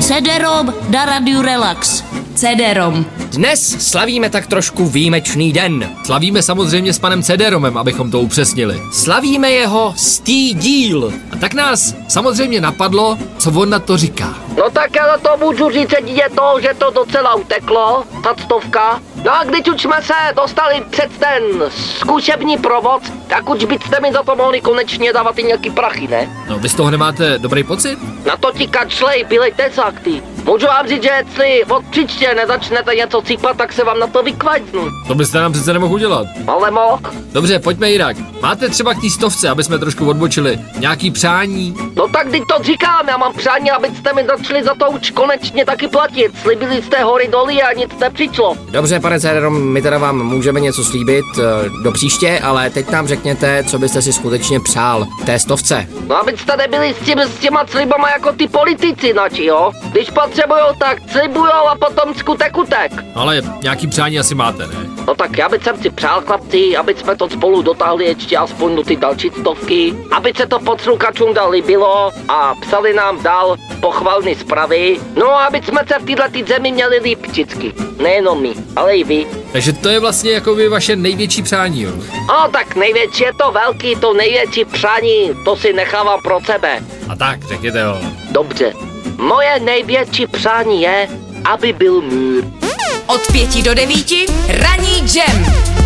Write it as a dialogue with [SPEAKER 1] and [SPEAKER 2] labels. [SPEAKER 1] CD-ROM na Radiu Relax.
[SPEAKER 2] CD-ROM.
[SPEAKER 3] Dnes slavíme tak trošku výjimečný den.
[SPEAKER 4] Slavíme samozřejmě s panem Cederomem, abychom to upřesnili.
[SPEAKER 3] Slavíme jeho stý díl.
[SPEAKER 4] A tak nás samozřejmě napadlo, co on na to říká.
[SPEAKER 5] No tak ale to můžu říct jedině to, že to docela uteklo, ta stovka. No a když už jsme se dostali před ten zkušební provod, tak už byste mi za to mohli konečně dávat i nějaký prachy, ne?
[SPEAKER 4] No, vy z toho nemáte dobrý pocit?
[SPEAKER 5] Na to ti kačlej, bylej tesák ty. Můžu vám říct, že jestli od příště nezačnete něco cípat, tak se vám na to vykvajznu.
[SPEAKER 4] To byste nám přece nemohl udělat.
[SPEAKER 5] Ale moh.
[SPEAKER 4] Dobře, pojďme jinak. Máte třeba k té stovce, aby jsme trošku odbočili, nějaký přání?
[SPEAKER 5] No tak teď to říkám, já mám přání, abyste mi začali za to už konečně taky platit. Slibili jste hory doly a nic nepřišlo.
[SPEAKER 3] Dobře, pane Cederom, my teda vám můžeme něco slíbit eh, do příště, ale teď nám řekněte, co byste si skutečně přál v té stovce.
[SPEAKER 5] No abyste nebyli s, tím, s těma slibama jako ty politici, nači jo? Když potřebujou, tak slibujou a potom skutek utek.
[SPEAKER 4] Ale nějaký přání asi máte, ne?
[SPEAKER 5] No tak já bych jsem si přál, chlapci, aby jsme to spolu dotáhli ještě aspoň do ty další stovky, aby se to podsluchačům dál líbilo a psali nám dál pochvalné zprávy, no a aby jsme se v této tý zemi měli líp vždycky. Nejenom my, ale i vy.
[SPEAKER 4] Takže to je vlastně jako by vaše největší přání, jo?
[SPEAKER 5] A tak největší je to velký, to největší přání, to si nechávám pro sebe.
[SPEAKER 4] A tak, řekněte ho.
[SPEAKER 5] Dobře. Moje největší přání je, aby byl mír.
[SPEAKER 2] Od pěti do devíti raní džem.